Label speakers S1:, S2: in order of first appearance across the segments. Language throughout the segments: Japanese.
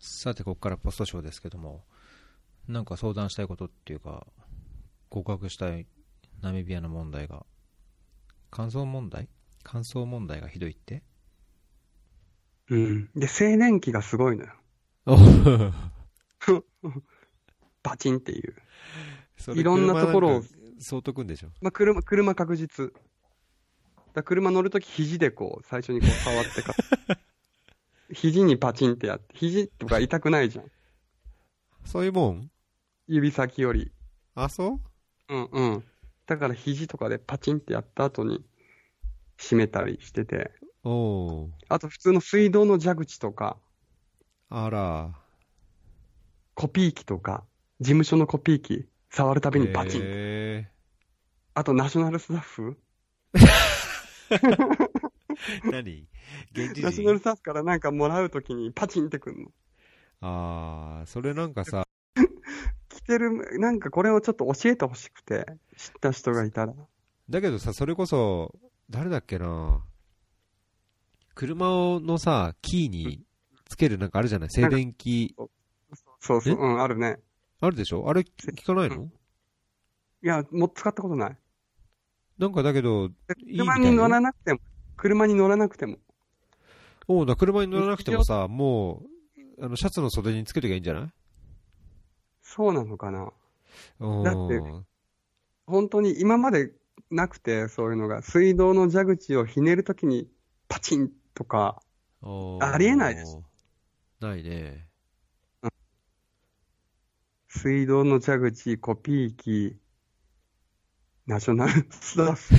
S1: さて、ここからポストショーですけども、なんか相談したいことっていうか、合格したいナミビアの問題が、乾燥問題乾燥問題がひどいって
S2: うん。で、青年期がすごいのよ。 バチンっていう。
S1: そ
S2: いろんなところ
S1: 車な
S2: を
S1: んか相当くんでしょ。
S2: まあ、車、車確実。だから車乗るとき、肘でこう、最初に こう触ってか。肘にパチンってやって、肘とか痛くないじゃん。
S1: そういうもん
S2: 指先より。
S1: あ、そう
S2: うんうん。だから肘とかでパチンってやった後に、締めたりしてて。
S1: おー。
S2: あと普通の水道の蛇口とか、
S1: あら。
S2: コピー機とか、事務所のコピー機、触るたびにバチン。
S1: へ
S2: あとナショナルスタッフ
S1: ー何現地
S2: ナショナル
S1: 人
S2: スタッフからなんかもらうときにパチンってくんの。
S1: ああ、それなんかさ、
S2: 着てる、なんかこれをちょっと教えてほしくて、知った人がいたら。
S1: だけどさ、それこそ、誰だっけな車のさ、キーにつけるなんかあるじゃない静電気。
S2: そうそう、
S1: え
S2: うん、あるね。
S1: あるでしょあれ聞かないの
S2: いや、もう使ったことない。
S1: なんかだけど、いいみ
S2: 車
S1: たい
S2: に乗
S1: よ
S2: らなくても、車に乗らなくても。
S1: おうだ車に乗らなくてもさ、もう、あのシャツの袖につけときゃいいんじゃない
S2: そうなのかな。
S1: うん
S2: だって本当に今までなくて、そういうのが。水道の蛇口をひねるときに、パチンとか、
S1: おう
S2: ありえないです。
S1: ないね。
S2: 水道の蛇口、コピー機、ナショナルスタッフ。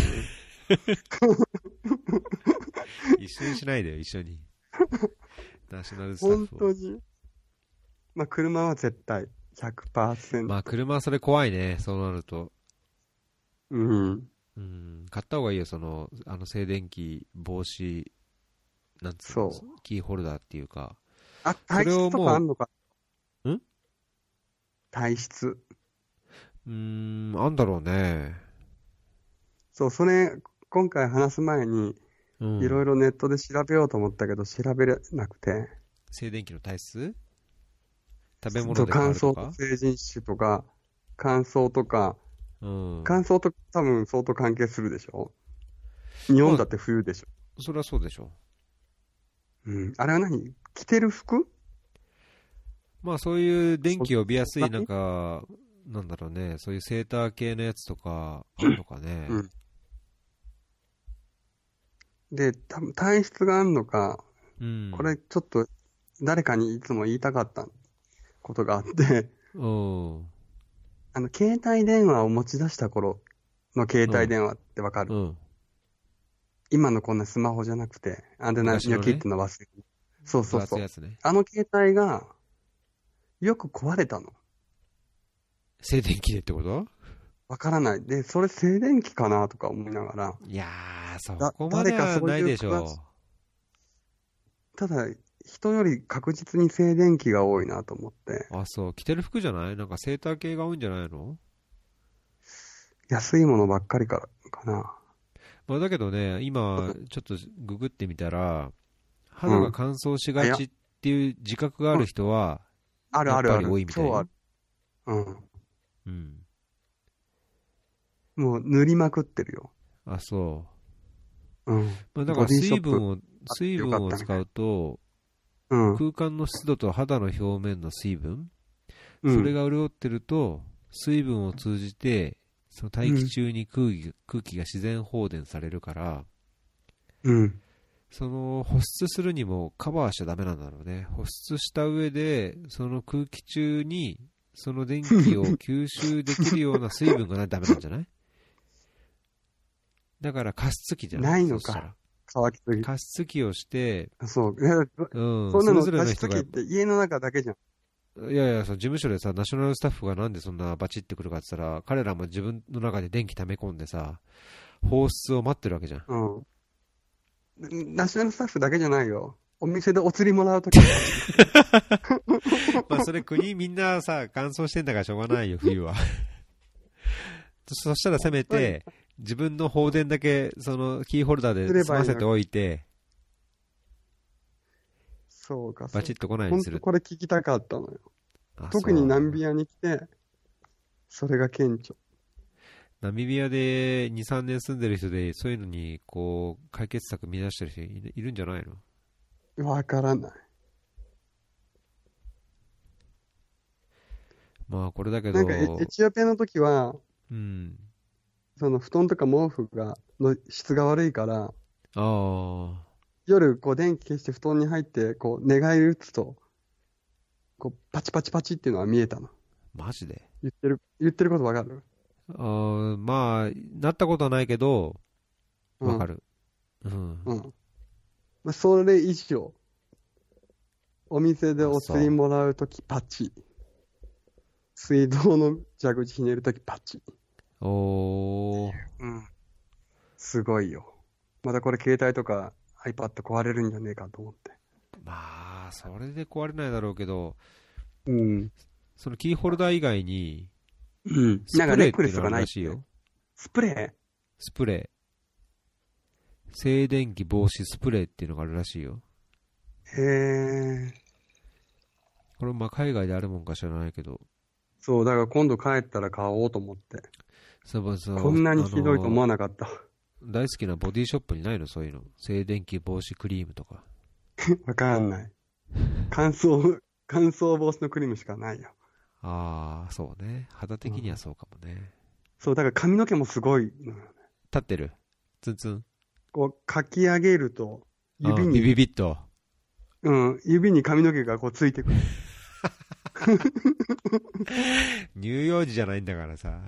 S1: 一緒にしないでよ、一緒 に。ナショナルスタッ
S2: 本
S1: フ
S2: 当
S1: を。
S2: に。まあ、車は絶対、100%。
S1: まあ、車はそれ怖いね、そうなると。
S2: うん。
S1: うん、買った方がいいよ、その、あの、静電気防止、なんつうの
S2: そ
S1: キーホルダーっていうか。
S2: あ、
S1: そ
S2: 体
S1: れをもう
S2: 質とかあんのか
S1: ん
S2: 体質。
S1: うーん、あんだろうね。
S2: そう、それ、今回話す前に、
S1: うん。
S2: いろ
S1: ろ。
S2: いろネットで調べようと思ったけど、調べれなくて。
S1: 静電気の体質食べ
S2: そ
S1: 物
S2: う
S1: で変わ
S2: 乾
S1: ると
S2: 燥
S1: か
S2: と。成人種とか、乾燥とか、
S1: うん。
S2: 乾燥と多分相当関係するでしょ日本だって冬でしょ、
S1: それはそうでしょ。
S2: うん。あれは何着てる服
S1: まあそういう電気を帯びやすいなんか、なんだろうね、そういうセーター系のやつとか、あるのかね。
S2: うんで、多分体質があんのか、
S1: うん。
S2: これちょっと誰かにいつも言いたかったことがあって、
S1: うん。
S2: あの、携帯電話を持ち出した頃の携帯電話ってわかる、
S1: うん。
S2: 今のこんなスマホじゃなくて、アンテナニ
S1: 昔の
S2: ョ
S1: ね
S2: キっての忘れる。そうそう
S1: 分厚
S2: そ
S1: いうや。つね。
S2: あの携帯が、よく壊れたの。
S1: 静電気でってこと
S2: わからない。で、それ静電気かなとか思いながら、
S1: いやー、そ
S2: だ
S1: こまではないでし
S2: 誰
S1: ょ
S2: かそういうただ、人より確実に静電気が多いなと思って、
S1: う。あ、そう。着てる服じゃないなんかセーター系が多いんじゃないの
S2: 安いものばっかりからかな。
S1: まあだけどね、今、ちょっとググってみたら、肌が乾燥しがちっていう自覚がある人は、
S2: あるある
S1: や
S2: あ
S1: っぱり
S2: る。
S1: 多いみたい
S2: 超あ
S1: よ
S2: る。うん。
S1: うん。
S2: もう塗りまくってるよ。
S1: あ、そう。
S2: うん。
S1: まあ、だから
S2: ボディショ
S1: 水
S2: ップ
S1: 分を、
S2: あ
S1: 水分
S2: よ
S1: を
S2: かったね
S1: 使うと、
S2: うん。
S1: 空間の湿度と肌の表面の水分、
S2: うん
S1: それが潤ってると、水分を通じて、その大気中に空気,、空気が自然放電されるから、
S2: うん。
S1: その保湿するにもカバーしちゃダメなんだろうね。保湿した上で、その空気中に、その電気 を吸収できるような水分がないとダメなんじゃないだから加湿器じゃない
S2: ないのか
S1: そしたら
S2: 乾きすぎ。
S1: 加湿器をして、
S2: そう。いや
S1: うん、
S2: そんなの
S1: それぞれの
S2: 私
S1: 人
S2: と
S1: が
S2: きって家の中だけじゃん。
S1: いやいや、その事務所でさ、ナショナルスタッフがなんでそんなバチってくるかって言ったら、彼らも自分の中で電気溜め込んでさ、放出を待ってるわけじゃん。
S2: うん。ナショナルスタッフだけじゃないよ。お店でお釣りもら うとき。
S1: まあそれ国みんなさ、乾燥してんだからしょうがない よ、冬は。そそしたらせめて、自分の放電だけ、そのキーホルダーで済ませておいて、
S2: そうか、そう
S1: バチッと来ないよう
S2: 本
S1: にす
S2: 当
S1: る。
S2: これ聞きたかったのよ。
S1: あ
S2: 特にナミ
S1: ア。
S2: ビアに来て、それが顕著。
S1: ナミビアで2、3年住んでる人で、そういうのに、こう、解決策見出してる人いいるんじゃないの
S2: わからない。
S1: まあ、これだけど、
S2: なんかエエチオピアの時は、
S1: うん。
S2: その布団とか毛布が、の質が悪いから、
S1: ああ、
S2: 夜こう電気消して布団に入って、こう寝返り打つと、こうパチパチパチっていうのは見えたの。
S1: マジで。
S2: 言ってる、言ってることわかる
S1: あーまあ、なったことはないけど、わか。る。うん。
S2: うん。うんまあ、それ以上。お店でお釣りもらうときパチ。水道の蛇口ひねるときパチ。
S1: おー、
S2: うん。すごいよ。またこれ携帯とか iPad 壊れるんじゃねえかと思って。
S1: まあ、それで壊れないだろうけど、
S2: うん。
S1: そのキーホルダー以外に、
S2: うん。
S1: ス
S2: なんか
S1: プレ
S2: ネ
S1: ーっ
S2: ッ
S1: て
S2: クレ
S1: いう
S2: ス
S1: の
S2: が
S1: がある
S2: ない
S1: ら。しいよ。
S2: スプレ
S1: スプレー。静電気防止スプレーっていうのがあるらしいよ。
S2: ーへえ。
S1: これまあ海外であるもんか知らないけど。
S2: そう、だから今度帰ったら買おうと思って。
S1: そうそう
S2: こんなにひどいと思
S1: あ
S2: わなかった。
S1: の大好きなボディショップにないのそういうの。静電気防止クリームとか。
S2: わかんない。乾燥、乾燥防止のクリームしかないよ。
S1: ああ、そうね。肌的にはそうかもね。
S2: そう、だから髪の毛もすごいのよね。
S1: 立ってるツンツン。
S2: こう、かき上げると、指
S1: あビビ
S2: に、
S1: ビッと。
S2: うん、指に髪の毛がこうついてくる。
S1: 乳幼児じゃないんだからさ。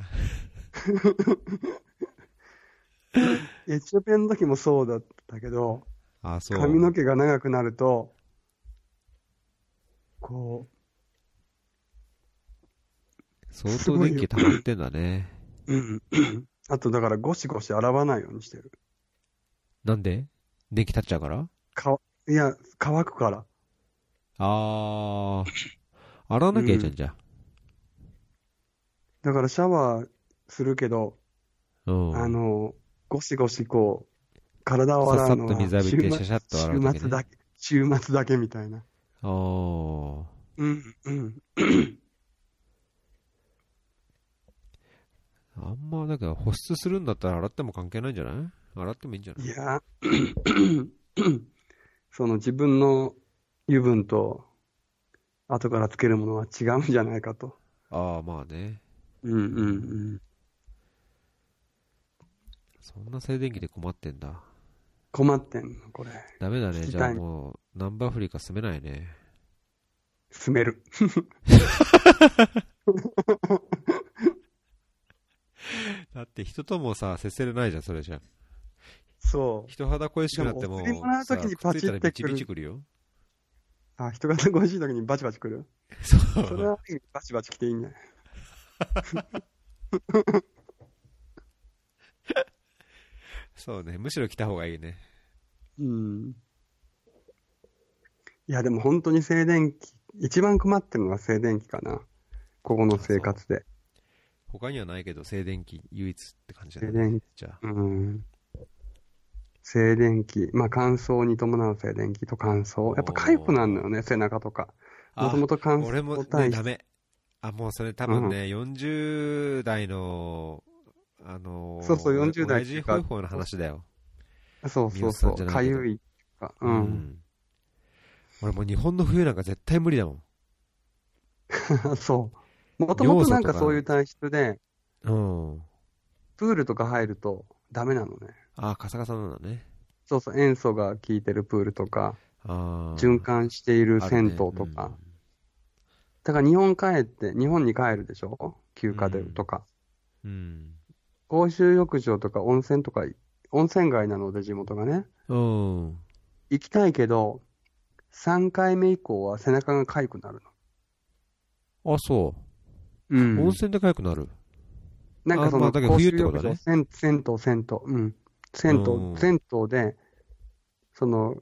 S2: エチオピアの時もそうだったけど、
S1: あそう。
S2: 髪の毛が長くなると、こ
S1: 相当電気溜まってんだね。
S2: う、うん、あとだからゴシゴシ洗わないようにしてる。
S1: なんで電気立っちゃうから
S2: かいや、乾くから。
S1: ああ。洗わなきゃいいじゃん、じゃあ。
S2: だからシャワーするけど、
S1: うん。
S2: あの、ゴシゴシこう、体を
S1: さっさ
S2: 洗う
S1: っ
S2: の
S1: と
S2: は
S1: 水浴びてシャシャッと洗うだけ、
S2: 週末
S1: ね。
S2: だけ、週末だけみたいな。
S1: あー
S2: うん、うん。
S1: あんま、だけど保湿するんだったら洗っても関係ないんじゃない洗ってもいいんじゃない
S2: いや、 その自分の油分と、後からつけるものは違うんじゃないかと。
S1: ああ、まあね。
S2: うんうんうん。
S1: そんな静電気で困ってんだ。
S2: 困ってんの、これ。
S1: ダメだね。
S2: 聞き
S1: じ
S2: たい
S1: ゃあもう、ナンバーフリーか住めないね。
S2: 住める。
S1: だって人ともさ、接せれないじゃん、それじゃ。
S2: そ
S1: 人肌恋しくなっても、
S2: でもお釣りもらう時に
S1: さ
S2: パチ
S1: くっついたら
S2: ってくる
S1: ビチビチくるよ。
S2: う。あ、人が恋しい時にバチバチ来る。
S1: そ
S2: それは、バチバチ来ていいんじゃない
S1: そうね。むしろ来た方がいいね。
S2: うん。いや、でも本当に静電気、一番困ってるのは静電気かな。ここの生活で。
S1: 他にはないけど、静電気唯一って感じだ
S2: 静
S1: ね。
S2: 電気。
S1: じゃあ。
S2: うん。静電気、まあ乾燥に伴う静電気と乾燥。やっぱ痒くなるのよね、背中とか。もともと乾
S1: 俺も、
S2: 燥
S1: ね、
S2: 体質
S1: ダ。メ。あ、もうそれ多分ね、40代の、あのー
S2: そうそう40代
S1: 同じ方法の話だよ。
S2: そうそうそう。
S1: 美容師さん
S2: 痒
S1: じゃないけど
S2: いとか。うん。
S1: 俺もう日本の冬なんか絶対無理だもん。
S2: そう。もともとなんかそういう体質で、
S1: うん。
S2: プールとか入るとダメなのね。
S1: ああ、カサカサなんだね。
S2: そうそう、塩素が効いてるプールとか、
S1: ああ。
S2: 循環している銭湯と
S1: あるね
S2: か。だから日本帰って、日本に帰るでしょ休暇で
S1: うん
S2: とか。
S1: うん。
S2: 公衆浴場とか温泉とか、温泉街なので地元がね。
S1: うん。うん
S2: 行きたいけど、3回目以降は背中が痒くなる
S1: あ、そう。
S2: の。う
S1: 温泉で痒くなる。
S2: なんかそ
S1: あま
S2: の、
S1: あだけど
S2: 公
S1: 冬っ
S2: 衆
S1: てこと
S2: 浴
S1: だ
S2: 場、
S1: ね
S2: 銭銭湯、銭湯、うん。銭
S1: うん
S2: 湯、銭湯で、その、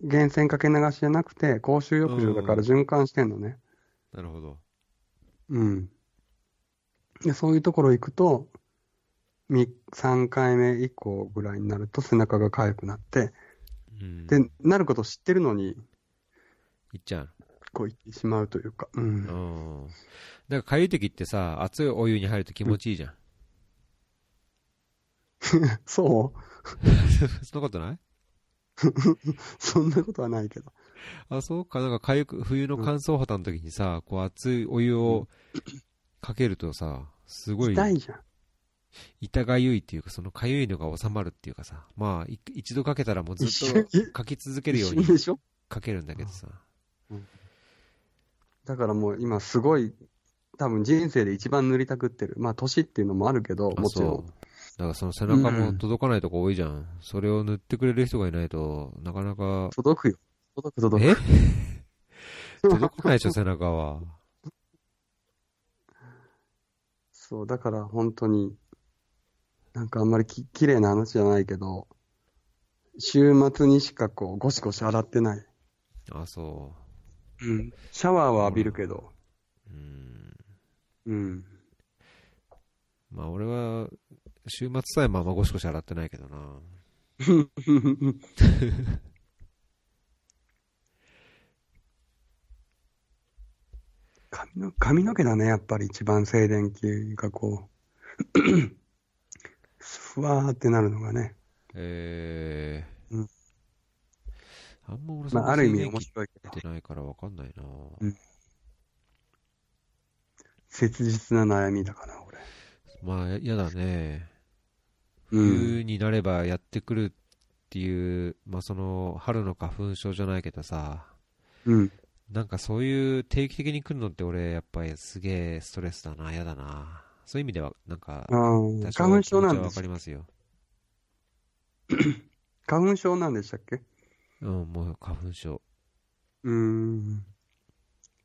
S2: 源泉かけ流しじゃなくて、公衆浴場だから循環してんのね。
S1: なるほど。
S2: うん。で、そういうところ行くと、み3回目以降ぐらいになると背中が痒くなって、
S1: うん
S2: で、なること知ってるのに、
S1: 行っちゃう
S2: こう言ってしまうというか、うん。
S1: の。うん。だから、かゆい時ってさ、熱いお湯に入ると気持ちいいじゃん。
S2: そ
S1: そんなことないう
S2: そんなことはないけど。
S1: あ、そうか。なんか、かゆく、冬の乾燥肌の時にさ、こう、熱いお湯をかけるとさ、すごい
S2: 痛いじゃん。
S1: 痛がゆいっていうか、そのかゆいのが収まるっていうかさ、まあ、い一度かけたらもうずっ
S2: 一緒
S1: とかき続ける
S2: 一
S1: よう
S2: 緒
S1: に
S2: でしょ
S1: かけるんだけどさ。
S2: だからもう今すごい、多分人生で一番塗りたくってる。まあ年っていうのもあるけど、
S1: あ
S2: もちろ
S1: そう。。
S2: ん
S1: だからその背中も届かないとこ多いじゃん。それを塗ってくれる人がいないと、なかなか、
S2: 届くよ。届く届く。
S1: え 届かないでしょ、背中は。
S2: そう、だから本当に、なんかあんまりき綺麗な話じゃないけど、週末にしかこう、ゴシゴシ洗ってない。
S1: あ、そ
S2: うん。シャワーは浴びるけど、
S1: う。うん。
S2: うん。
S1: まあ、俺は、週末さえまあまあゴシゴシ洗ってないけどな。
S2: 髪の髪の毛だね、やっぱり一番静電気がこ う、ふわーってなるのがね。
S1: えー。
S2: うん
S1: あんま俺そ
S2: ま
S1: ん
S2: あ、
S1: な
S2: ある意味
S1: 静電気
S2: 面白いけど
S1: っ、てないからわかんないな。
S2: うん切実な悩みだかな、俺。
S1: まあ、ややだね。
S2: うん。
S1: 冬になればやってくるっていう、まあその春の花粉症じゃないけどさ、
S2: うん。
S1: なんかそういう定期的に来るのって俺やっぱりすげえストレスだな、嫌だな。そういう意味ではなんか、
S2: ああ、
S1: 多少
S2: 花粉症な
S1: 気持ちは
S2: んで
S1: わ
S2: す
S1: かりますよ。
S2: 花粉症なんでしたっけ
S1: うん、もう花粉症。
S2: うーん。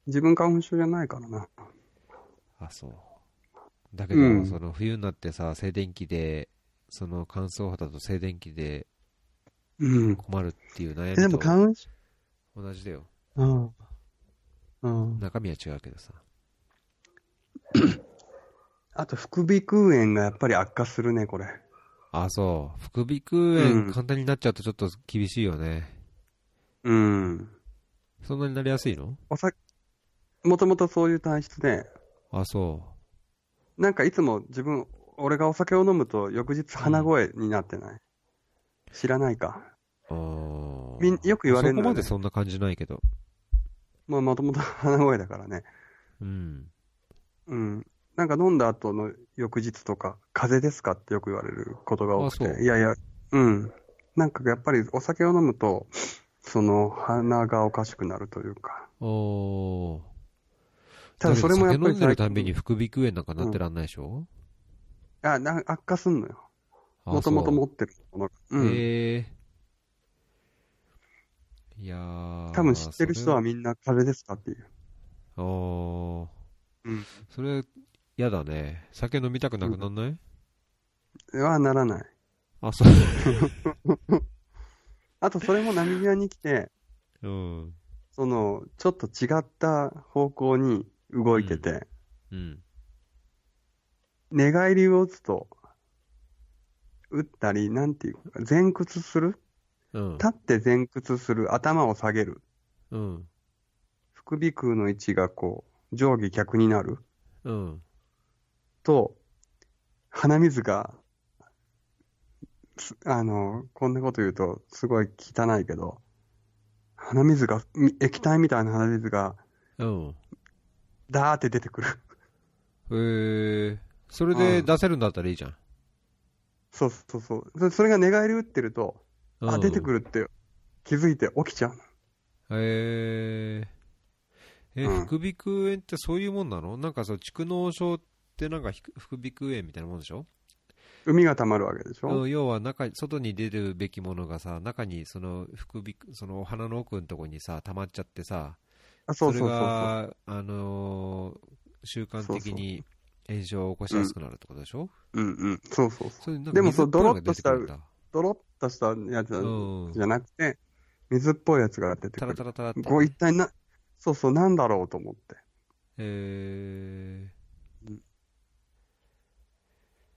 S2: 自分花粉症じゃないからな。
S1: あ、そう。だけど、
S2: うん
S1: その冬になってさ、静電気で、その乾燥肌と静電気で
S2: うん。
S1: 困るっていう
S2: え
S1: 悩
S2: で
S1: み
S2: も
S1: と
S2: 花粉症、
S1: 同じだよ。
S2: うん。うん。
S1: 中身は違うけどさ。
S2: あと、副鼻腔炎がやっぱり悪化するね、これ。
S1: あ、そう。副鼻腔
S2: う
S1: 炎
S2: ん
S1: 簡単になっちゃうとちょっと厳しいよね。
S2: うん。
S1: そんなになりやすいの
S2: おさもともとそういう体質で、
S1: あ、そ
S2: なんかいつも自分、俺がお酒を飲むと翌日鼻声になってない。知らないか。
S1: う。あ
S2: みんよく言われる
S1: そ
S2: の
S1: こま
S2: よ、
S1: で
S2: ね。
S1: そんな感じないけど。
S2: まあ、もともと鼻声だからね。
S1: うん。
S2: うん。なんか飲んだ後の翌日とか、風邪ですかってよく言われることが多く
S1: あそう
S2: て。いやいや、うん。なんかやっぱりお酒を飲むと、その鼻がおかしくなるというか。
S1: おー。
S2: ただそれもやっ
S1: 酒
S2: ぱ
S1: 飲
S2: り
S1: んでる
S2: 最近
S1: たんびに副鼻腔炎なんかなってらんないでしょ、
S2: あな悪化すんのよ。
S1: あ
S2: もともと
S1: そう
S2: 持ってるものが。うん。
S1: へえいやー。
S2: 多分知ってる人はみんな風邪ですかっていう。
S1: それ。おー。
S2: うん。
S1: それ、やだね。酒飲みたくなくなんない、
S2: はならない。
S1: あ、そう。
S2: あとそれもナミビアに来て、
S1: うん。
S2: その、ちょっと違った方向に動いてて、
S1: うん。
S2: 寝返りを打つと、打ったり、なんていうか、前屈する
S1: うん。
S2: 立って前屈する、頭を下げる、
S1: うん。
S2: 副鼻腔の位置がこう、上下逆になる
S1: うん。
S2: と、鼻水が、すあの、こんなこと言うと、すごい汚いけど、鼻水が、み液体みたいな鼻水が、
S1: うん。
S2: ダーって出てくる。
S1: へえそれで
S2: うん
S1: 出せるんだったらいいじゃん。
S2: そうそうそう。そそれが寝返り打ってると、あ、出てく
S1: る。
S2: るって気づいて起きちゃう。
S1: へええ、
S2: うん
S1: 副鼻腔炎ってそういうもんなのなんかそう、蓄膿症ってなんかひく副鼻腔炎みたいなもんでしょ
S2: 海が溜まるわけでしょ、
S1: うん要は中に、外に出るべきものがさ、中にその副鼻腔、そのお鼻の奥のとこにさ、溜まっちゃってさ、
S2: あそ
S1: そう
S2: そ
S1: れ
S2: うそうそう。
S1: が、あのー習慣
S2: そう
S1: 的
S2: そう
S1: に炎症を起こしやすくなるってことでしょ
S2: うんうん。そうそうそう。
S1: それなんか
S2: でもそう
S1: 水っぽいのが出てくるんだ
S2: ドロッとしたやつだ
S1: うん
S2: じゃなくて、水っぽいやつが出
S1: タ
S2: てく
S1: ラ
S2: る
S1: タ。ラタラって。
S2: こう一体な、そうそう、なんだろうと思って。
S1: え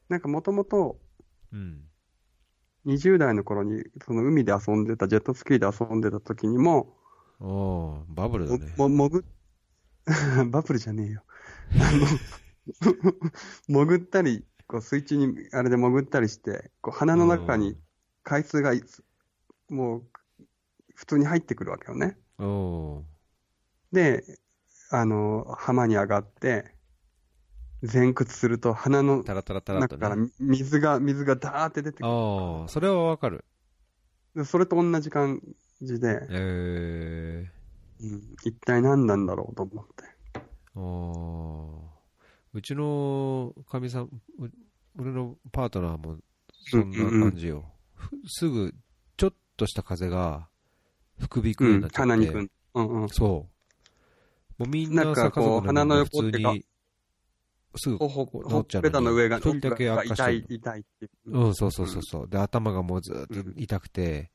S2: なんかもともと
S1: ーうん。
S2: 20代の頃にその海で遊んでた、ジェットスキーで遊んでた時にも、
S1: おおーバブルだね。
S2: も、もぐ、 バブルじゃねえよ。あの、 潜ったり、こう水中に、あれで潜ったりして、こう鼻の中に海水がいつ、もう、普通に入ってくるわけよね。
S1: おお
S2: で、あの、浜に上がって、前屈すると鼻の
S1: ータラタラタラっと
S2: 中から
S1: ね。
S2: 水が、水がダーって出てく
S1: ああ、それはわかる。
S2: る。それと同じ感じで、
S1: え
S2: うん一体何なんだろうと思って。
S1: ー、おーうちのかみさん、う俺のパートナーもそんな感じよ。ふすぐ、ちょっとした風が、福引くよう
S2: う
S1: に
S2: ん
S1: なっ、ちゃって。
S2: 鼻にくん。うんうん。
S1: そう。もうみんな
S2: な
S1: さ、
S2: んか
S1: 家
S2: こう
S1: 族の
S2: 鼻の横
S1: 普
S2: っ
S1: 通
S2: てか
S1: に、すぐ
S2: ほほ
S1: こう
S2: ほっぺたの上が、
S1: 治っちゃうのにちょっとだけ悪化して
S2: 痛
S1: る
S2: い、痛いって。
S1: うん、そうそうそうそう。で、頭がもうずーっ
S2: う
S1: と
S2: ん
S1: 痛くて、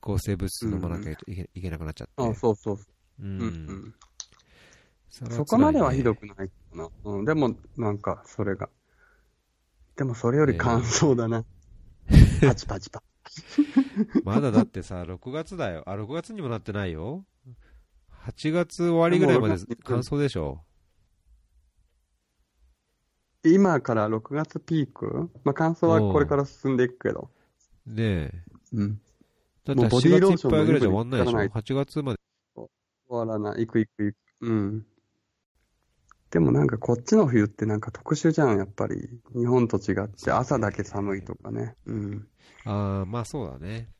S1: 抗生物質飲まなきゃいけいけなくなっちゃって。
S2: あそうそうそうう、
S1: ん
S2: うんうん
S1: それは辛いね
S2: そこまではひどくないかな。うん、でも、なんか、それが。でも、それより乾燥 だな。パチパチパ
S1: まだだって さ、6月だよ。あ、6月にもなってないよ。8月終わりぐらいまで
S2: もう六月
S1: 乾燥でしょ。
S2: チ。今から6月ピークまあ、乾燥はこれから進んでいくけど。
S1: ね
S2: うん。
S1: え。だっ
S2: も
S1: て
S2: うボディー
S1: 8
S2: ロー
S1: 月
S2: シ
S1: い
S2: ョ
S1: っ
S2: ン
S1: ぱ
S2: の
S1: い
S2: イ
S1: ぐ
S2: ブ
S1: らい
S2: に
S1: じゃ終わんないでしょ。
S2: 効
S1: 8月まで。
S2: 終わらない。行く行く行く。うん。でもなんかこっちの冬ってなんか特殊じゃん、やっぱり。日本と違って朝だけ寒いとかね。うん。
S1: ああ、まあそうだね。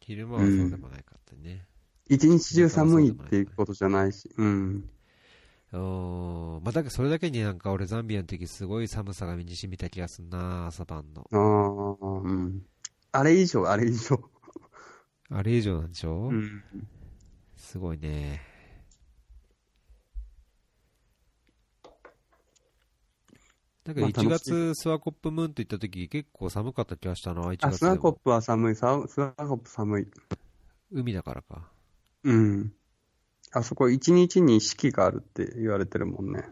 S1: 昼間はそうでもないかってね。
S2: 一日中寒いっていうことじゃないし。うん。
S1: うーん。まあだけどそれだけになんか俺ザンビアの時すごい寒さが身に染みた気がすんな、朝晩の。
S2: ああ、うん。あれ以上、あれ以上。
S1: あれ以上なんでしょ
S2: うん。
S1: すごいね。だけど
S2: まあ
S1: 1
S2: 楽し
S1: 月スワコップムーンと行った時結構寒かった気がしたな、1
S2: あ、
S1: 月
S2: ス
S1: で
S2: ナコッ
S1: も。
S2: プは寒い、さスナコップ寒い。
S1: 海だからか。
S2: うん。あそこ一日に四季があるって言われてるもんね。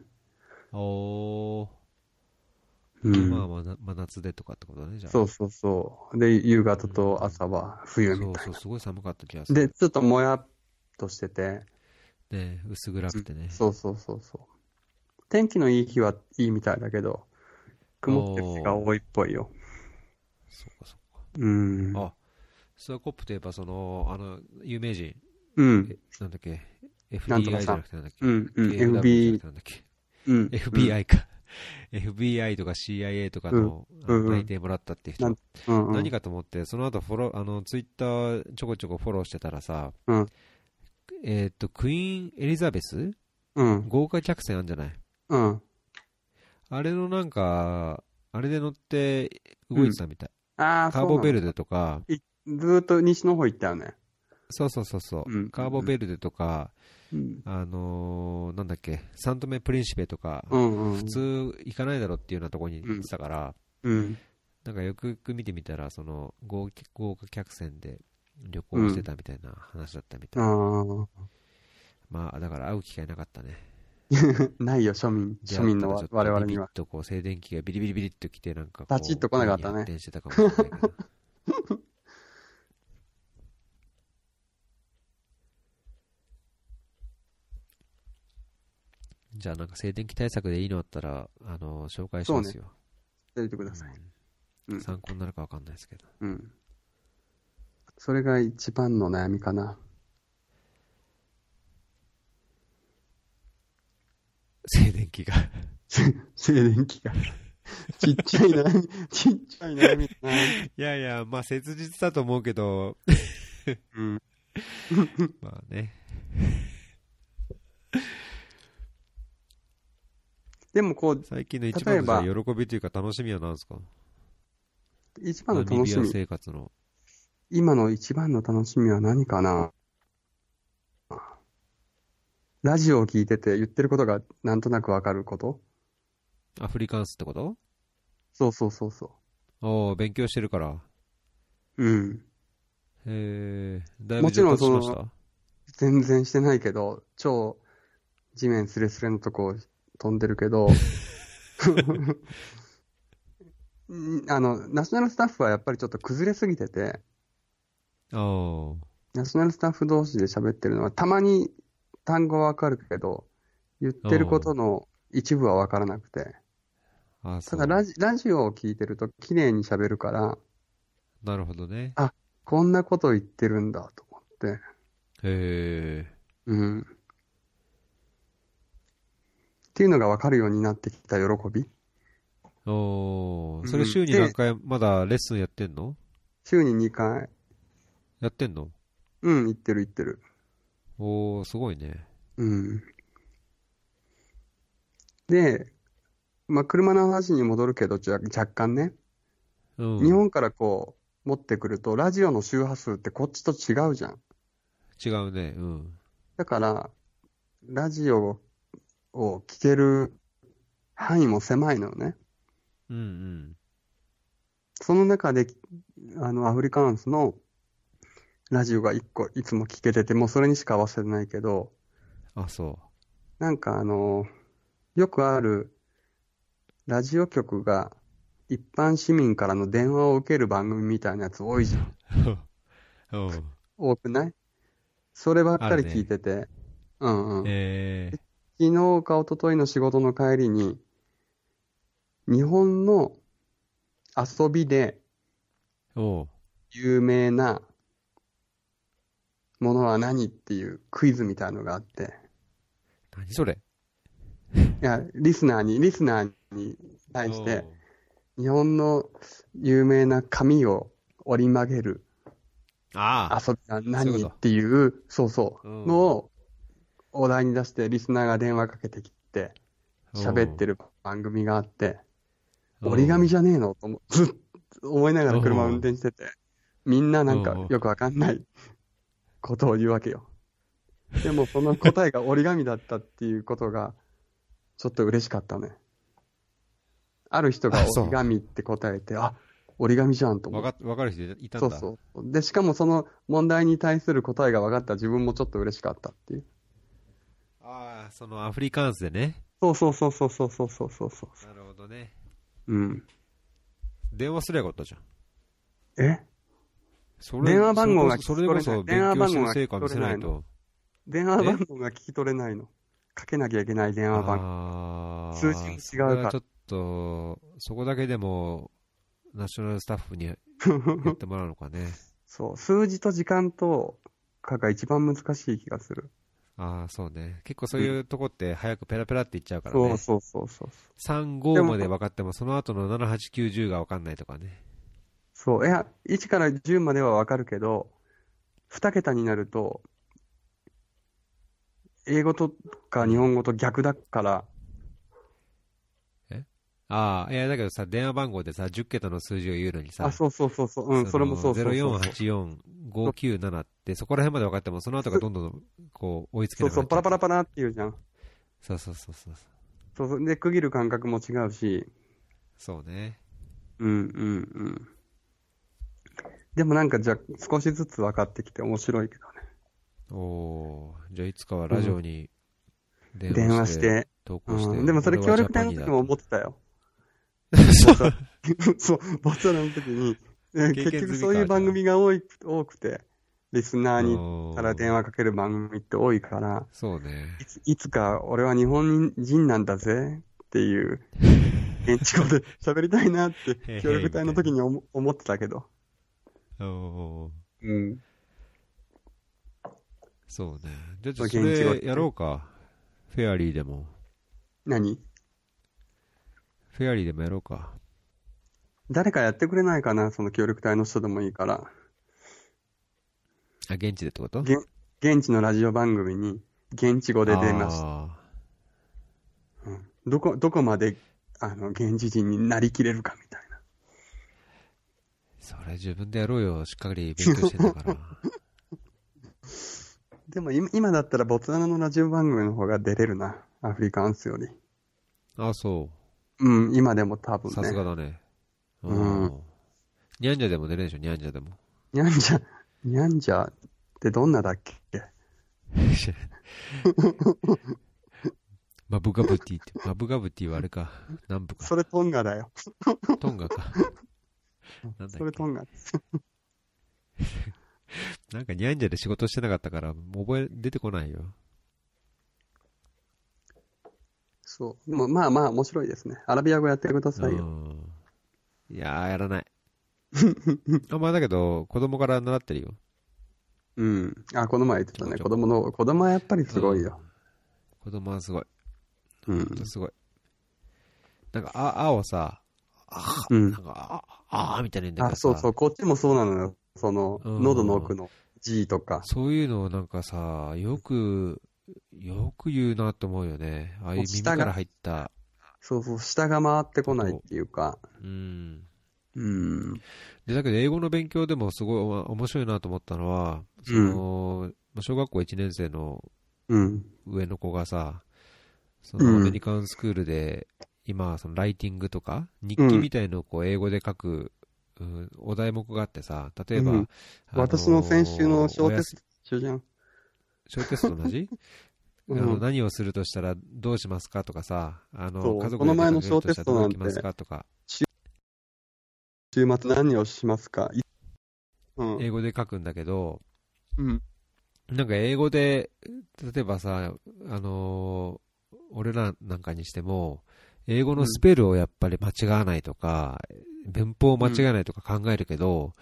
S1: おー。
S2: うん。
S1: まあまあな真夏でとかってことね、じゃあ。
S2: そうそうそう。で、夕方と朝は冬
S1: そ
S2: み
S1: う
S2: たい
S1: そう、すごい寒かった気がす
S2: な。で、
S1: る。
S2: ちょっともやっとしてて、
S1: ね、薄暗くてね。
S2: そうそうそうそう。天気のいい日はいいみたいだけど、曇ってる日が多いっぽいよ。
S1: そうかそう
S2: うん。
S1: か。あ、スワコップといえばその、あの、有名人、
S2: うん。
S1: えなんだっけ、
S2: なんと
S1: FDI
S2: か
S1: じ
S2: さ
S1: ゃ
S2: ん
S1: なくてなんだっけ、
S2: うん、うん、
S1: KFW じゃなく
S2: FB
S1: て、なんだっけ。
S2: うん。
S1: FBI か、FBI とか CIA とかの,、あ
S2: うん
S1: の
S2: うん
S1: 内定もらったって人、
S2: なんうん、うん、
S1: 何かと思って、その後フォローあのツイッターちょこちょこフォローしてたらさ、
S2: うん
S1: えーっとクイーン・エリザベス
S2: うん、
S1: 豪華客船あんじゃない
S2: うん。
S1: あれのなんか、あれで乗って動いてたみたい、
S2: ああ、
S1: カーボベ
S2: ル。
S1: ルデとか、
S2: ずーっと西の方行ったよね。
S1: そうそうそうそう、
S2: うん
S1: カーボベルデとか、
S2: うん、
S1: あのーなんだっけ、サントメ・プリンシペとか、
S2: うん、うん。
S1: 普通行かないだろうっていうようなとこに行ってたから。
S2: うん。
S1: なんかよくよく見てみたら、その豪豪華客船で旅行してたみたいな話だったみたい、
S2: あ
S1: まあだから会う機会なかったね。
S2: あ、 ないよ、庶民、
S1: じゃ
S2: 庶
S1: あ
S2: 民の
S1: た
S2: わ
S1: だちょっと
S2: 我々に
S1: ビビ
S2: は。
S1: ッとこう静電気がビリビリビリっと来て、なんかこう
S2: バチッと来なかったね
S1: 反転してたかもしれないけど。 じゃあなんか静電気対策でいいのあったら、あの紹介しますよ。
S2: 出てください。
S1: うん
S2: うん
S1: 参考になるかわかんないですけど。
S2: うん。それが一番の悩みかな。
S1: 静電気が。
S2: 静電 気が。ちっちゃい悩み、ちっちゃい悩みだな。
S1: いやいや、まあ切実だと思うけど、
S2: うん。
S1: まあね。
S2: でもこう、
S1: 最近の一番
S2: 例え
S1: のじゃ
S2: ば
S1: あ喜びというか楽しみは何ですか
S2: 一番
S1: ナ
S2: の
S1: ミ
S2: 楽
S1: ビ
S2: し
S1: ア
S2: み、
S1: 生活の。
S2: 今の一番の楽しみは何かなラジオを聞いてて言ってることがなんとなくわかること
S1: アフリカンスってこと
S2: そうそうそうそ
S1: おお勉強してるから。
S2: う。うん。
S1: へえ、だいぶ
S2: もちろん
S1: 上達しまし
S2: そ
S1: た
S2: 全然してないけど、超地面スレスレのとこ飛んでる けど、うんあの、ナショナルスタッフはやっぱりちょっと崩れすぎてて、
S1: お
S2: ナショナルスタッフ同士で喋ってるのは、たまに単語はわかるけど、言ってることの一部はわからなくて。
S1: あそ
S2: た
S1: う
S2: だラジ、ラジオを聞いてると綺麗に喋るから、
S1: なるほどね。
S2: こんなこと言ってるんだと思って。
S1: へえ。
S2: うん。っていうのがわかるようになってきた喜び。
S1: お
S2: う
S1: ー
S2: ん
S1: それ週に何回、まだレッスンやってんの
S2: 週に2回。
S1: やってんの
S2: うん、言ってる言ってる。
S1: おーすごいね。
S2: うん。で、まあ、車の話に戻るけど、じゃ若干ね、
S1: うん。
S2: 日本からこう、持ってくると、ラジオの周波数ってこっちと違うじゃん。
S1: 違うね。うん。
S2: だから、ラジオを聞ける範囲も狭いのよね。
S1: うんうん。
S2: その中で、あの、アフリカンスのラジオが一個いつも聞けてて、もうそれにしか合わせてないけど、
S1: あ、そ
S2: なんかあの、よくある、ラジオ局が一般市民からの電話を受ける番組みたいなやつ多いじゃん。
S1: う。 うん。
S2: 多くないそればっかり聞いてて、うん うん。
S1: えー
S2: 昨日か一昨日の仕事の帰りに、日本の遊びで
S1: おう
S2: 有名なものは何っていうクイズみたいのがあって、
S1: 何それ
S2: いや、リスナーに、リスナーに対して、日本の有名な紙を折り曲げる
S1: おうああ。
S2: 遊び
S1: そ
S2: は
S1: ういう
S2: 何
S1: こ
S2: っ
S1: と
S2: ていう、そうそう、
S1: うん
S2: のをお題に出して、リスナーが電話かけてきて、喋って
S1: る。
S2: る番組があって、折り紙じゃねえのと思ずっと 思いながら車を運転してて、みんななんかよくわかんないことを言うわけよ。でもその答えが折り紙だったっていうことが、ちょっと嬉しかったね。ある人が
S1: あそう
S2: 折り紙って答えて、あ折り紙じゃんと思
S1: わ
S2: って。
S1: かわかる人いたん
S2: そ
S1: だ。
S2: うそう。で、しかもその問題に対する答えが分かった自分もちょっと嬉しかったっていう。
S1: ああ、そのアフリカンスでね。
S2: そうそうそうそうそうそうそうそうそ
S1: なるほどね。
S2: う。うん。
S1: 電話すりゃよかったじゃん。
S2: え
S1: それ
S2: 電話番号が
S1: それこそそれこそ勉強してる成果見せない
S2: 電話番号
S1: と。
S2: 電話番号が聞き取れないの。かけなきゃいけない電話番号。
S1: ああ
S2: 数字も違うから
S1: それはちょっと、そこだけでも、ナショナルスタッフにやってもらうのか ね。
S2: そう、数字と時間とかが一番難しい気がする。
S1: ああ、そうね。結構そういうとこって早くペラペラっていっちゃうから
S2: そ
S1: ね
S2: う。そうそうそう。
S1: 3、5まで分かっても、その後の7、8、9、10が分かんないとかね。
S2: そう、いや、1から10まではわかるけど、2桁になると、英語とか日本語と逆だから、
S1: ああ、いや、だけどさ、電話番号でさ、10桁の数字を言うのにさ、
S2: あ、そうそうそうそう、うん、それもそうそうそうそう。
S1: 0484597って、そこら辺まで分かっても、その後がどんどん、こう、追いつけな
S2: そ
S1: くな
S2: うそ
S1: っち
S2: う、
S1: ゃ
S2: パ
S1: う
S2: ラパラパラっていうじゃん。
S1: そうそうそうそう。
S2: そうそう、で、区切る感覚も違うし、
S1: そうね。
S2: うんうんうん。でもなんかじゃあ少しずつ分かってきて面白いけどね。
S1: おおーじゃあいつかはラジオに電
S2: 電話し。て。
S1: 投稿して。
S2: うん、でもそれ協力隊の
S1: 俺はジャパニ
S2: 時
S1: ーだ
S2: も思ってたよ。そう、ボツワラの時に、え
S1: 経験済み
S2: 結
S1: か
S2: 局そういう番組が多い多くて、リスナーにから電
S1: 話。
S2: 話かける番組って多いから、
S1: そうね。
S2: いついつか俺は日本人なんだぜっていう、現地語 で喋りたいなっ
S1: へへ
S2: て、協力隊の時に思思ってたけど。
S1: おおー
S2: うん。
S1: そうね。じゃあちょ
S2: そ
S1: っとそ
S2: う現地語っ
S1: れ
S2: て
S1: やろうか。フェアリーでも。
S2: 何
S1: フェアリーでもやろうか。
S2: 誰かやってくれないかな、その協力隊の人でもいいから。
S1: あ、現地でってこと
S2: げ現地のラジオ番組に、現地語で出ました。
S1: あ
S2: うんどこ、どこまで、あの、現地人になりきれるかみたいな。
S1: ーそれ自分でやろうよ。しっかり勉強してたから。
S2: でも今今だったらボツワナのラジオ番組の方が出れるな。アフリカンスより。
S1: あ、そ
S2: うん、今でも多
S1: う。
S2: 分
S1: さす
S2: ね。
S1: がだね。
S2: うん
S1: うんにゃんじゃでも出れるでしょ、にゃんじゃ でも。
S2: ニャンジャ、ニャンジャってどんなだっけ
S1: マブガブティって、マブガブティはあれか、南部か、
S2: それトンガだよ。
S1: トンガか。なんだっ
S2: それトンガ。
S1: けなんかニャンジャで仕事してなかったから、もう覚え、出てこないよ。
S2: そう。でもまあまあ面白いですね。アラビア語やってくださいよ。
S1: うんいやー、やら ない。あんまあだけど、子供から習ってるよ。
S2: うん。あ、この前言ってたね。
S1: ちょ
S2: 子
S1: こちょこ
S2: 供の、子供はやっぱりすごいよ。
S1: 子供はすごい。
S2: うん。
S1: ほんとすごい。なんか、あ、あをさ、あ、
S2: うん
S1: なんか、あ、あ、みたいな言うんだけ
S2: あ、
S1: ど
S2: そうそ
S1: さ
S2: う。、こっちもそうなのよ。その、
S1: うん
S2: 喉の奥の G とか。
S1: そういうのをなんかさ、よく、よく言うなと思うよね。ああいう耳
S2: 舌が
S1: から入った。
S2: そうそう。下が回ってこないっていうか。
S1: うん。
S2: うん。
S1: で、だけど英語の勉強でもすごいおも面白いなと思ったのは、その、まあ小学校1年生の
S2: うん。
S1: 上の子がさ、そ
S2: うん
S1: のアメリカンスクールで、今、そのライティングとか、日記みたいのをこう英語で書く、うんお題目があってさ、例えば、
S2: うん
S1: あのー
S2: 私の先週の小
S1: おや
S2: テ
S1: す
S2: ストじゃん。
S1: 小テストと同じあ
S2: うん
S1: の何をするとしたらどうしますかとかさ、あ
S2: そう
S1: の家族
S2: この前の
S1: 出かけるとしたらどう行きます
S2: 小テスト
S1: かとか、
S2: 週末何をしますかいうん。
S1: 英語で書くんだけど、
S2: うん。
S1: なんか英語で、例えばさ、あのー俺らなんかにしても、英語のスペルをやっぱり間違わないとか、文法を間違えないとか考えるけど、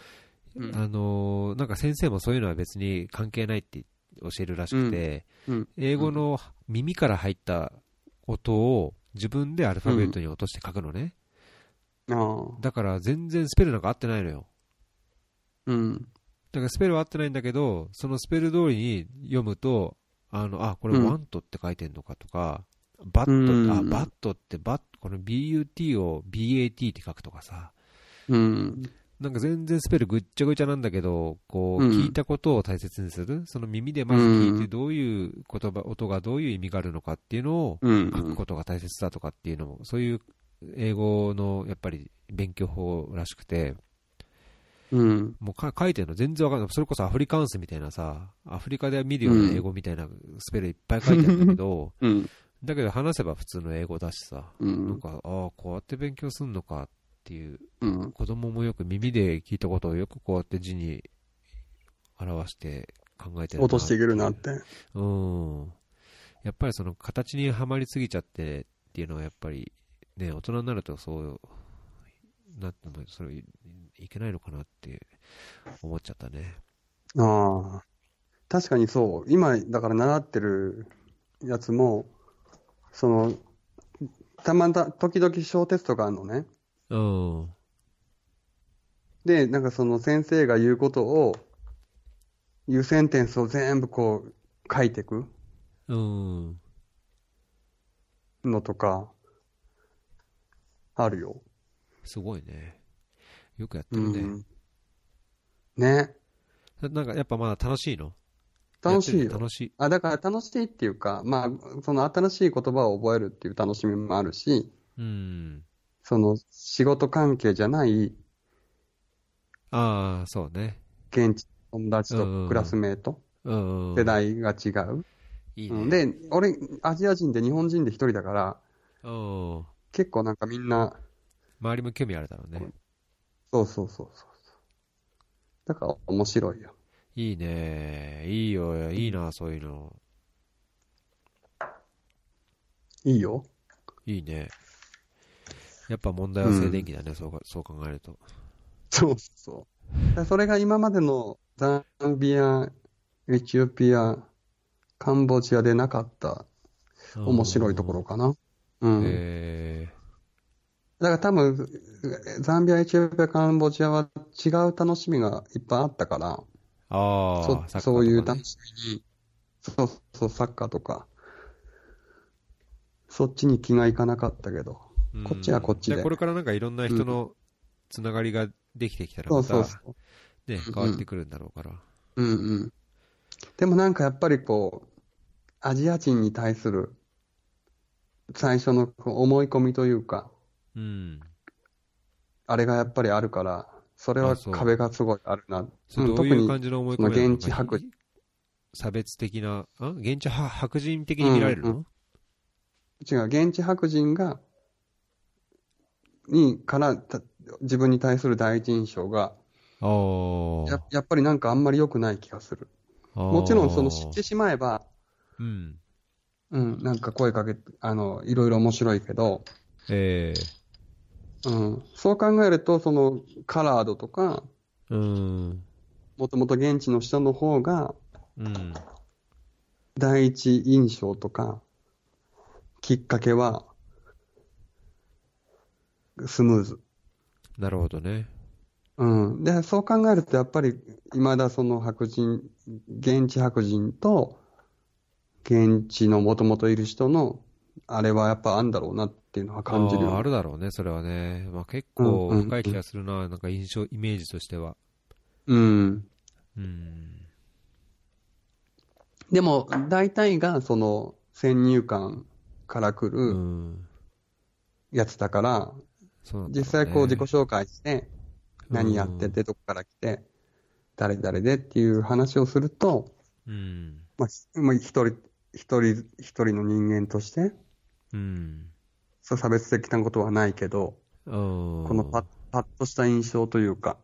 S2: うん
S1: あのーなんか先生もそういうのは別に関係ないって教えるらしくて、
S2: うんうん
S1: 英語の耳から入った音を自分でアルファベットに落として書くのね。
S2: ああ。
S1: だから全然スペルなんか合ってないのよ。
S2: うん。
S1: だからスペルは合ってないんだけど、そのスペル通りに読むと、あの、あ、これ
S2: うん
S1: ワントって書いてんのかとか、バッ
S2: うん
S1: トって、あ、バットって、バッこの BUT を BAT って書くとかさ、
S2: うん。
S1: なんか全然スペルぐっちゃぐちゃなんだけど、こう、
S2: うん
S1: 聞いたことを大切にする、その耳でまず聞いうて、
S2: ん
S1: どういう言葉、音がどういう意味があるのかっていうのを
S2: う
S1: 書く
S2: ん。
S1: ことが大切だとかっていうのも、そういう英語のやっぱり勉強法らしくて、
S2: うん。
S1: もうか書いてるの全然わかんない。それこそアフリカンスみたいなさ、アフリカで見るような英語みたいなスペルいっぱい書いてあるんだけど、
S2: うん。
S1: だけど話せば普通の英語だしさ、
S2: う
S1: なん
S2: ん。
S1: か、ああ、こうやって勉強すんのかっていう、
S2: うん。
S1: 子供もよく耳で聞いたことをよくこうやって字に表して考えてるな
S2: 落としていけるなって。
S1: うん。やっぱりその形にはまりすぎちゃってっていうのはやっぱりね、大人になるとそう、なってもそれいいけないのかなって思っちゃったね。
S2: ああ。確かにそう。今、だから習ってるやつも、その、たまた、時々小テストがあるのね。
S1: うん。
S2: で、なんかその先生が言うことを、言うセンテンスを全部こう書いていく
S1: うん。
S2: のとか、あるよ。
S1: すごいね。よくやって
S2: う
S1: るね。
S2: ん。ね。
S1: ななんかやっぱまだ楽しいの
S2: 楽し
S1: や
S2: い
S1: ってるの
S2: よ。
S1: 楽しい。
S2: あ、だから楽しいっていうか、まあ、その新しい言葉を覚えるっていう楽しみもあるし、
S1: うん。
S2: その仕事関係じゃない
S1: ああ、そうね。
S2: 現地の友達
S1: うん
S2: とクラスメート、
S1: うん。
S2: 世代が違う。
S1: いい
S2: うん
S1: ね。
S2: で、俺、アジア人で日本人で一人だから、
S1: うん。
S2: 結構なんかみんな、
S1: 周りも興味あるだろうね。
S2: そうそうそうそうそう。だから面白いよ。
S1: いいね。いいよ。いいな、そういうの。
S2: いいよ。
S1: いいね。やっぱ問題は静電気だね、そうかそう考えると。
S2: そうそう。だからそれが今までのザンビア、エチオピア、カンボジアでなかった面白いところかな。うん。
S1: うん。え
S2: だから多分、ザンビア、エチオピア、カンボジアは違う楽しみがいっぱいあったから、
S1: ー、ああ、
S2: そ
S1: サッカーとかね
S2: そういう楽しみに、そうそう、サッカーとか、そっちに気がいかなかったけど、
S1: うん
S2: こっちはこっちで
S1: これからなんかいろんな人のつながりができてきたら、
S2: そう
S1: ま
S2: そう
S1: た
S2: そう。
S1: ね、変わってくるんだろうから。
S2: うんうん。でもなんかやっぱりこう、アジア人に対する最初のこう思い込みというか、
S1: うん。
S2: あれがやっぱりあるから、それは
S1: あそう
S2: 壁がすごいあるな。
S1: それ
S2: うん
S1: どう
S2: 特
S1: いう
S2: に、
S1: 感じの思い込みなの
S2: その現地白人
S1: 差別的な、あ現地は白人的に見られるの、
S2: うん違う、現地白人が、に、から、た自分に対する第一印象が、
S1: うあー
S2: ややっぱりなんかあんまり良くない気がする。
S1: あー。
S2: もちろんその知ってしまえば、
S1: うん。
S2: うん、なんか声かけ、あの、いろいろ面白いけど、
S1: ええ
S2: うん、そう考えると、そのカラードとか、
S1: うん。
S2: もともと現地の人の方が、
S1: うん。
S2: 第一印象とか、きっかけは、スムーズ。
S1: なるほどね。
S2: うん。で、そう考えると、やっぱり、未だその白人、現地白人と、現地のもともといる人の、あれはやっぱあんだろうなっていうのは感じるよ
S1: あー
S2: ね
S1: あるだろうね、それはね。まあ、結構
S2: うんうん
S1: 深い気がするな、なんか印象、イメージとしては。
S2: うん。
S1: うん。
S2: でも、大体が、その、先入観から来
S1: う
S2: る
S1: ん。
S2: やつだから、
S1: そうなんだろね
S2: 実際こう自己紹介して、何やってて、どこから来て、誰々でっていう話をすると、
S1: うん。
S2: まあ、ひまあ一人、一人、一人の人間として、
S1: うん。
S2: そう差別的なことはないけど、
S1: こ
S2: このパッパッとした印象というか、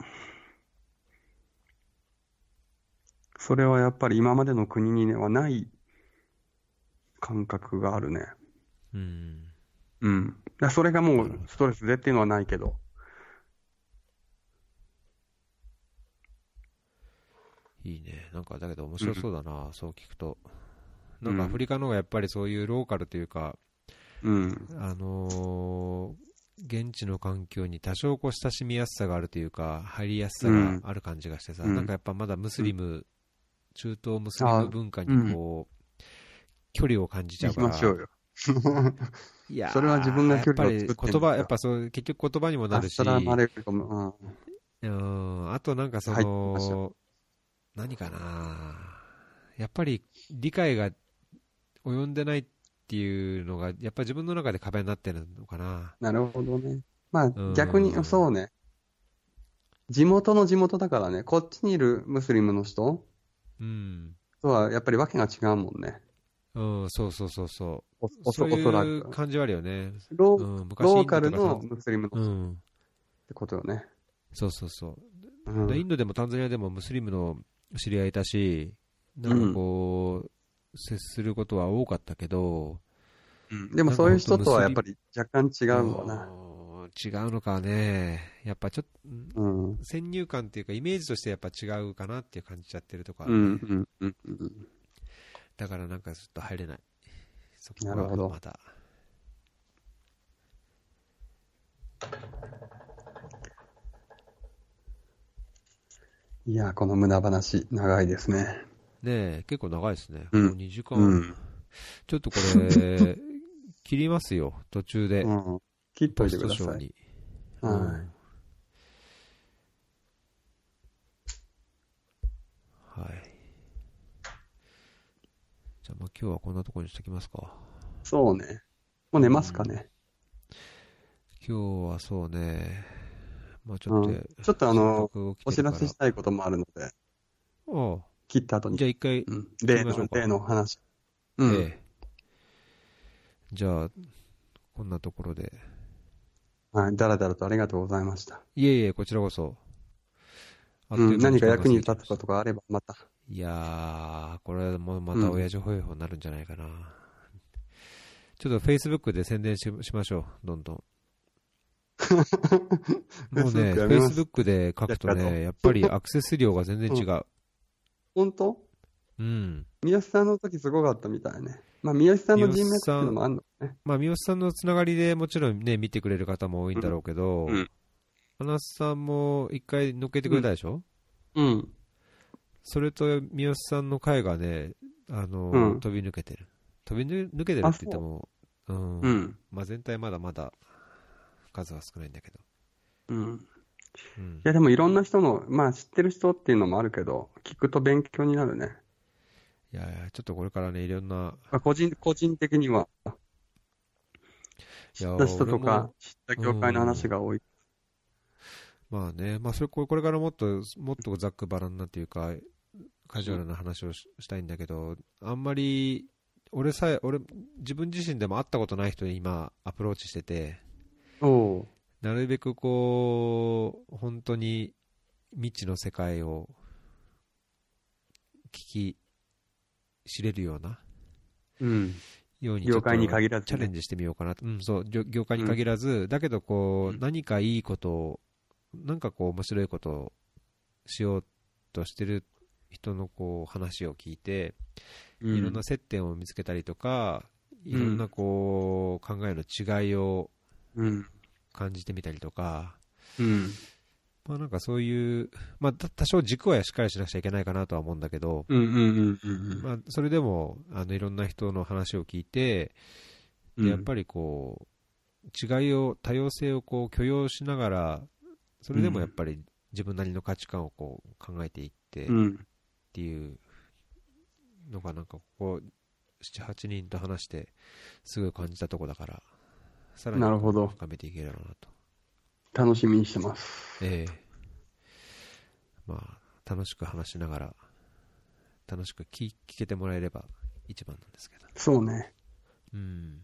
S2: それはやっぱり今までの国にはない感覚があるね。
S1: うん。
S2: うん。だからそれがもうストレスでっていうのはないけど。
S1: いいね。なんか、だけど面白そうだな、そう聞くと。なんかアフリカの方がやっぱりそういうローカルというか、
S2: うん。
S1: あのー現地の環境に多少こう親しみやすさがあるというか、入りやすさがある感じがしてさ、
S2: うん
S1: なんかやっぱまだムスリム、中東ムスリム文化にこう、距離を感じちゃ
S2: 行
S1: う
S2: き
S1: から。
S2: ましょうよ。
S1: いやー
S2: それは自分が距離を作ってん
S1: や
S2: で
S1: っ
S2: す
S1: ぱ
S2: よ
S1: り言葉、やっぱそう、結局言葉にもな
S2: あ
S1: るし。
S2: したら生まれるかも。うん。
S1: うん、あとなんかそ
S2: 入ってました
S1: の、何かな、やっぱり理解が及んでないっていうのが、やっぱり自分の中で壁になってるのかな。
S2: なるほどね。まあ
S1: うん
S2: 逆に、そうね。地元の地元だからね、こっちにいるムスリムの人
S1: うん、
S2: とはやっぱりわけが違うもんね。
S1: うん、そうそうそうそ
S2: おお
S1: う、
S2: そ
S1: そう
S2: おそら
S1: いう
S2: く。
S1: 感じはあるよね。
S2: ロ
S1: う
S2: ー
S1: ん、昔
S2: ロ
S1: イ
S2: ー
S1: ンドとかさ
S2: カルのムスリムのっ
S1: うん、
S2: てことよね。
S1: そうそうそう。
S2: うん
S1: でインドでもタンザニアでもムスリムの知り合いいたし、なんかこう、接することは多かったけど、
S2: うんでもそういう人とはやっぱり若干違うんだな。
S1: うーん違うのかね。やっぱちょっと、うん
S2: うん。うん
S1: 先入観っていうか、イメージとしてやっぱ違うかなっていう感じちゃってるとか、
S2: うんうんうん。
S1: だからなんかちょっと入れない。そこは
S2: なるほど
S1: また。
S2: いや、この胸話、長いですね。
S1: ねえ、結構長いですね。
S2: うん
S1: もう2時間、
S2: うん
S1: ちょっとこ れ、切りますよ、途中で。
S2: うん。切っと
S1: ポ
S2: いて
S1: ス
S2: く
S1: ト
S2: だ
S1: ショ
S2: さ
S1: ー
S2: い。
S1: に。
S2: は
S1: うんはい。じゃあ、まあ今日はこんなところにしておきますか。
S2: い。そうね。もう寝ますかね。
S1: 今日はそうね、まあちょっと、
S2: うんちょっとあの
S1: せっかく起き
S2: お
S1: て
S2: 知
S1: るから
S2: せしたいこともあるので、
S1: あ
S2: 切った後
S1: あ
S2: に
S1: じゃ。あ一回、
S2: うん例
S1: 行きましょう
S2: の、
S1: か
S2: 例の話。うん。
S1: ええじゃあ、こんなところで。
S2: はい、だらだらとありがとうございました。、
S1: いえいえ、こちらこそ。あっといううん間
S2: 何
S1: 時
S2: か
S1: 間
S2: 役に立
S1: 過
S2: っ
S1: ぎ
S2: た
S1: ちゃいま
S2: ことがあれば、また。
S1: したいやー、これはもうまた親父ホイホイになるんじゃないかな。ちょっと Facebook で宣伝ししましょう、どんどん。もうね、
S2: Facebook やめます
S1: Facebook で書くと
S2: やったと
S1: ね、やっぱりアクセス量が全然違う。
S2: 本当
S1: うん。
S2: 三好さんの時すごかったみたいね。まあ、三好さんの人脈っていうのもあるのかね。
S1: まあ、三好さんのつながりでもちろんね、見てくれる方も多いんだろうけど、
S2: うんうん
S1: 花さんも一回乗っけてくれたでしょ、
S2: うん。
S1: それと三好さんの会がね、あの、
S2: うん
S1: 飛び抜けてる。飛び抜けてるって言っても、うん。
S2: うん。
S1: まあ、全体まだまだ数は少ないんだけど。
S2: うん。
S1: うん
S2: い、や、でもいろんな人の、まあ、知ってる人っていうのもあるけど、聞くと勉強になるね。
S1: いやいや、ちょっとこれからね、いろんな、
S2: まあ、個人、個人的には、
S1: い
S2: 知
S1: や
S2: った人と
S1: 俺
S2: か
S1: も、
S2: 知った業界の話が多い。
S1: まあね、まあ、それここれからもっと、もっとざっくばらんなっていうか、カジュアルな話をししたいんだけど、あんまり、俺さえ、俺、自分自身でも会ったことない人に今、アプローチしてて、
S2: おう
S1: なるべくこう、本当に、未知の世界を聞き知れるような
S2: うん。
S1: ように
S2: 業界に限らずね
S1: チャレンジしてみようかなと、うん、そう業業界に限らず、だけどこう、
S2: うん
S1: 何かいいことをなんかこう面白いことをしようとしてる人のこう話を聞いて、
S2: うん
S1: いろんな接点を見つけたりとかいろんなこう考えの違いを
S2: うん。
S1: 感じてみたりとか、
S2: うん。
S1: まあなんかそういう、まあた多少軸はしっかりしなくちゃいけないかなとは思うんだけど、
S2: うんうんうんうん
S1: まあそれでも、あのいろんな人の話を聞いて、
S2: うん。
S1: でやっぱりこう、違いを、多様性をこう許容しながら、それでもやっぱり自分なりの価値観をこう考えていってっ
S2: うん。
S1: ていうのがなんかここ、7、8人と話してすごい感じたとこだから、さらに
S2: なるほど
S1: 深めていければなと。
S2: 楽しみにしてます。
S1: ええまあ、楽しく話しながら、楽しく聞聞けてもらえれば一番なんですけど。
S2: そうね。
S1: うん。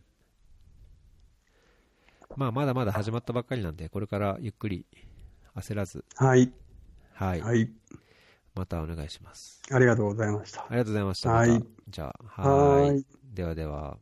S1: まあ、まだまだ始まったばっかりなんで、これからゆっくり焦らず、
S2: はい。
S1: はい。
S2: はい。
S1: またお願いします。
S2: ありがとうございました
S1: あ。りがとうございました。
S2: はい
S1: またじゃあ、はー
S2: はー
S1: い。ではでは。